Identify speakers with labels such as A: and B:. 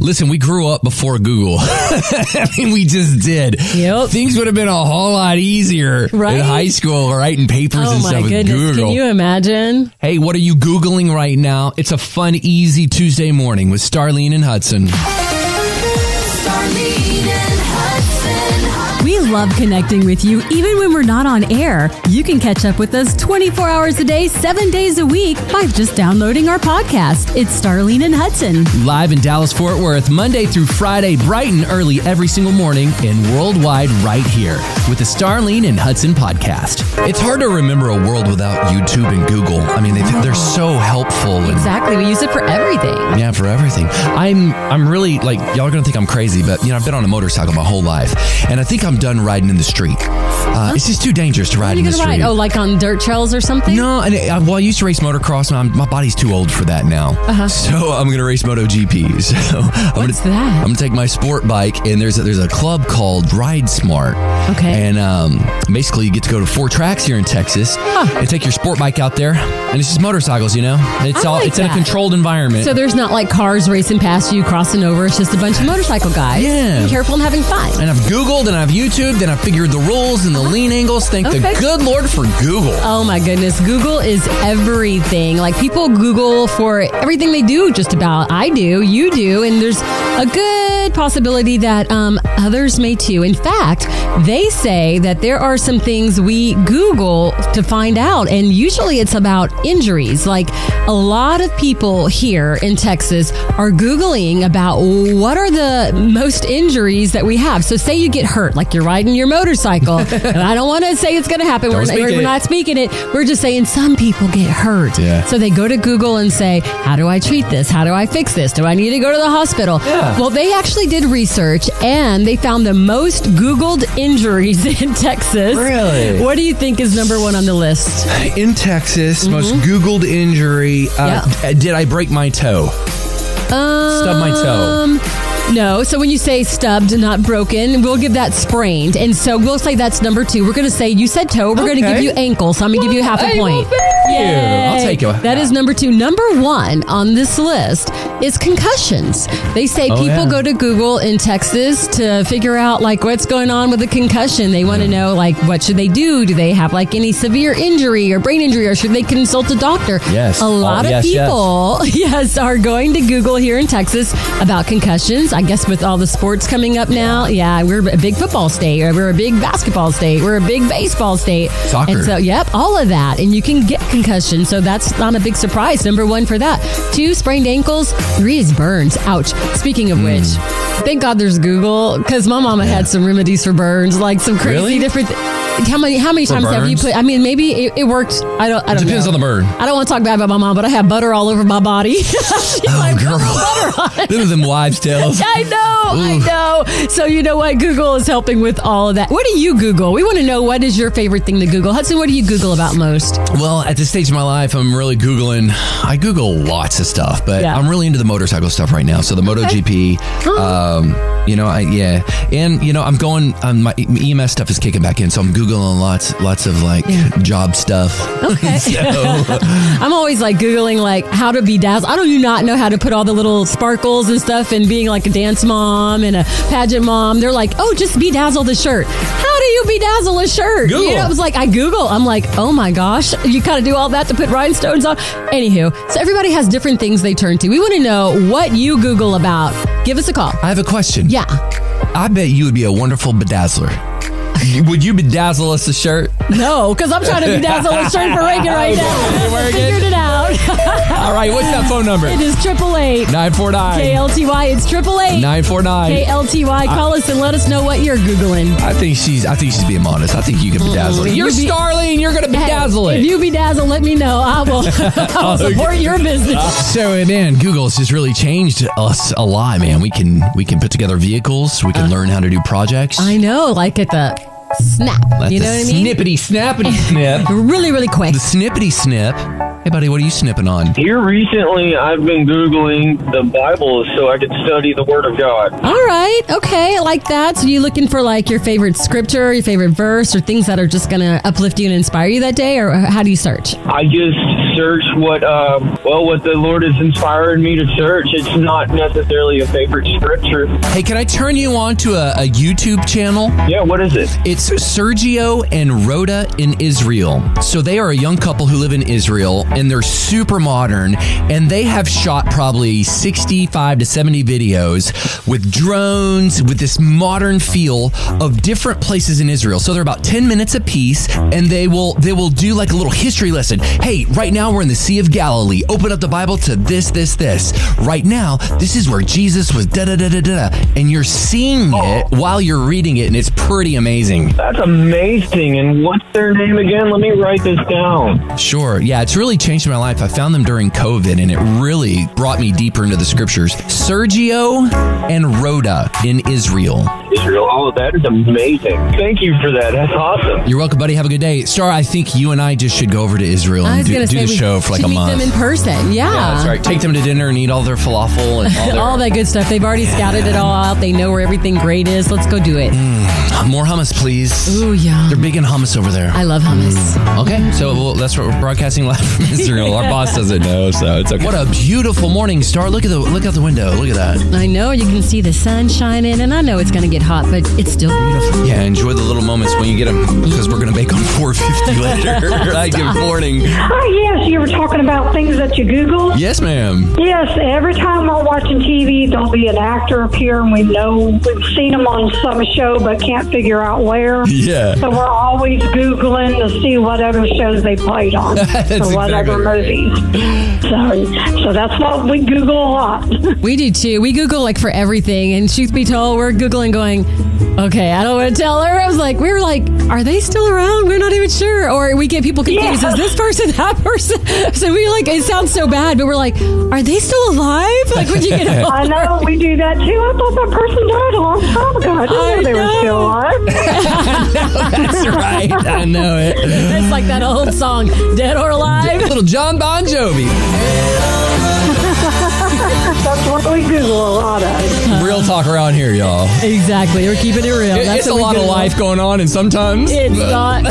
A: Listen, we grew up before Google. I mean, we just did.
B: Yep.
A: Things would have been a whole lot easier
B: Right?
A: in high school writing papers
B: Oh
A: and
B: my
A: stuff with
B: goodness!
A: Google.
B: Can you imagine?
A: hey, what are you Googling right now? It's a fun, easy Tuesday morning with Starlene and Hudson.
C: Starlene and Hudson.
D: We love connecting with you even when we're not on air. You can catch up with us 24 hours a day, seven days a week by just downloading our podcast. It's Starlene and Hudson.
A: Live in Dallas, Fort Worth, Monday through Friday, bright and early every single morning, and worldwide right here with the Starlene and Hudson podcast. It's hard to remember a world without YouTube and Google. I mean, they, they're so helpful and
B: Exactly. We use it for everything.
A: Yeah, for everything. I'm I'm really like y'all are gonna think I'm crazy, but you know I've been on a motorcycle my whole life, and I think I'm done riding in the street. Uh, it's just too dangerous to ride
B: What are
A: in
B: you
A: the
B: gonna
A: street.
B: ride? Oh, like on dirt trails or something?
A: No, and I, well, I used to race motocross, and I'm, my body's too old for that now. So I'm gonna race MotoGP. So I'm
B: Uh-huh. What's
A: gonna,
B: that?
A: I'm gonna take my sport bike, and there's a, there's a club called Ride Smart.
B: Okay.
A: And um, basically, you get to go to four tracks here in Texas, and take your sport bike out there, and it's just motorcycles, you know. It's
B: I
A: all
B: like
A: it's in a
B: that.
A: controlled environment.
B: So there's not like cars racing past you, crossing over. It's just a bunch of motorcycle guys.
A: Yeah.
B: Being careful and having fun.
A: And I've Googled and I've YouTubed and I've figured the rules and the lean angles. Thank the
B: Okay.
A: good Lord for Google.
B: Oh my goodness, Google is everything. Like people Google for everything they do, just about. I do, you do, and there's a good possibility that um, others may too. In fact, they say that there are some things we Google to find out, and usually it's about injuries. Like a lot of people here in Texas are Googling about what are the most injuries that we have. So, say you get hurt, like you're riding your motorcycle, and I don't want to say it's going to happen.
A: Don't
B: We're,
A: speak
B: we're
A: it.
B: not speaking it. We're just saying some people get hurt.
A: Yeah.
B: So they go to Google and say, How do I treat this? How do I fix this? Do I need to go to the hospital?
A: Yeah.
B: Well, they actually did research and they found the most Googled injuries in Texas.
A: Really?
B: What do you think is number one on the list?
A: In Texas, most Googled injury. Uh, d- Did I break my toe? Stub my toe.
B: Um, no. So when you say stubbed, not broken, we'll give that sprained. And so we'll say that's number two. We're going to say you said toe. We're going to
A: Okay.
B: give you ankle. So I'm going to give you half a point.
A: Yeah, I'll
B: Yay.
A: take it.
B: That is number two. Number one on this list is concussions. They say
A: Oh,
B: people
A: yeah.
B: go to Google in Texas to figure out like what's going on with a concussion. They want to know like what should they do? Do they have like any severe injury or brain injury, or should they consult a doctor?
A: Yes.
B: A lot
A: Oh,
B: of
A: yes, yes.
B: people, yes. are going to Google here in Texas about concussions. I guess with all the sports coming up now, yeah, we're a big football state, or we're a big basketball state, we're a big baseball state.
A: Soccer.
B: And so, yep, all of that. And you can get concussion. So that's not a big surprise. Number one for that. Two, sprained ankles. Three is burns. Ouch. Speaking of
A: Hmm.
B: which, thank God there's Google because my mama had some remedies for burns, like some crazy
A: Really?
B: different. Th- how many how many times have you
A: burns?
B: put? I mean, maybe it, it worked. I don't. I don't.
A: Depends
B: know.
A: on the burn.
B: I don't want to talk bad about my mom, but I have butter all over my body.
A: Oh, girl. None of them wives' tales.
B: I know, I know. So you know what? Google is helping with all of that. What do you Google? We want to know what is your favorite thing to Google. Hudson, what do you Google about most?
A: Well, at this stage of my life, I'm really Googling. I Google lots of stuff, but
B: Yeah.
A: I'm really into the motorcycle stuff right now. So the MotoGP, um, you know, I, yeah. And, you know, I'm going, um, my EMS stuff is kicking back in. So I'm Googling lots, lots of like job stuff. Okay. so,
B: I'm always like Googling like how to bedazzle. I don't do not know how to put all the little sparkles and stuff and being like a dance mom and a pageant mom. They're like, oh, just bedazzle the shirt. How do you bedazzle a shirt? You
A: Google.
B: know, it was like I Google. I'm like, oh my gosh, you gotta do all that to put rhinestones on. Anywho, so everybody has different things they turn to. We want to know what you Google about. Give us a call.
A: I have a question.
B: Yeah.
A: I bet you would be a wonderful bedazzler. would you bedazzle us a shirt?
B: No, because I'm trying to bedazzle a shirt for Reagan right now. I figured it out.
A: All right, what's that phone number?
B: It is triple eight
A: 949
B: KLTY. It's triple eight
A: 949.
B: KLTY. Call us and let us know what you're Googling.
A: I think she's I think she's being modest. I think you can bedazzle.
B: Mm,
A: You're
B: you be-
A: Starling, you're gonna bedazzle
B: Hey,
A: it.
B: If you bedazzle, let me know. I will, I will support your business.
A: So man, Google's just really changed us a lot, man. We can we can put together vehicles, we can learn how to do projects.
B: Uh, I know, like at the snap.
A: That's
B: you know
A: a
B: what I mean?
A: Snippity snappity snip.
B: Really, really quick.
A: The snippity snip Hey, buddy, what are you snipping on?
E: Here recently, I've been Googling the Bible so I could study the Word of God.
B: All right. Okay. I like that. So you looking for like your favorite scripture, your favorite verse, or things that are just going to uplift you and inspire you that day? Or how do you search?
E: I just search what, um, well, what the Lord is inspiring me to search. It's not necessarily a favorite scripture.
A: Hey, can I turn you on to a, a YouTube channel?
E: Yeah, what is it?
A: It's Sergio and Rhoda in Israel. So they are a young couple who live in Israel and they're super modern and they have shot probably 65 to 70 videos with drones with this modern feel of different places in Israel. So they're about 10 minutes a piece and they will they will do like a little history lesson. Hey, right now we're in the Sea of Galilee. Open up the Bible to this this this. Right now, this is where Jesus was da da da da da and you're seeing it while you're reading it and it's pretty amazing.
E: That's amazing. And what's their name again? Let me write this down.
A: Sure. Yeah, it's really changed my life. I found them during COVID and it really brought me deeper into the scriptures. Sergio and Rhoda in Israel.
E: Israel. Oh, that is amazing. Thank you for that. That's awesome.
A: You're welcome, buddy. Have a good day. Star, I think you and I just should go over to Israel
B: I
A: and
B: was
A: do,
B: going to
A: do
B: say
A: the
B: we
A: show for like
B: should
A: a
B: meet
A: month.
B: them in person. Yeah.
A: Yeah, that's right. Take them to dinner and eat all their falafel and all their
B: All that good stuff. They've already scouted it all out. They know where everything great is. Let's go do it.
A: more hummus, please.
B: Ooh, yum.
A: Mm. They're big in hummus over there.
B: I love hummus.
A: Okay, so well, that's what we're broadcasting live from Israel. Our boss doesn't know, so it's okay. What a beautiful morning, Star. Look at the look out the window. Look at that.
B: I know you can see the sun shining, and I know it's going to get hot, but it's still beautiful.
A: Yeah, enjoy the little moments when you get them because we're gonna bake on 450 later. Hi, good morning.
F: Oh, yes, you were talking about things that you Google.
A: Yes, ma'am.
F: Yes, every time we're watching TV, there'll be an actor appear, and we know we've seen them on some show but can't figure out where.
A: Yeah.
F: So we're always Googling to see what other shows they played on
A: That's
F: or what
A: exactly
F: other
A: right.
F: movies. So, so that's what we Google a lot.
B: We do too. We Google like for everything, and truth be told, we're Googling going, okay, I don't want to tell her. I was like, we were like, are they still around? We're not even sure. Or we get people confused.
F: Yeah.
B: Is this person that person? So we like, it sounds so bad, but we're like, are they still alive? Like, would you get
F: I know we do that too. I thought that person died a long time ago. I didn't
B: I
F: know they
B: know.
F: were still alive.
A: That's right. I know it.
B: It's like that old song, Dead or Alive.
A: Little John Bon Jovi.
F: that's what we Google a lot of.
A: Real talk around here, y'all.
B: Exactly. We're keeping it real.
A: It-
B: That's
A: it's a
B: what
A: lot of
B: we Google.
A: life going on, and sometimes
B: It's not.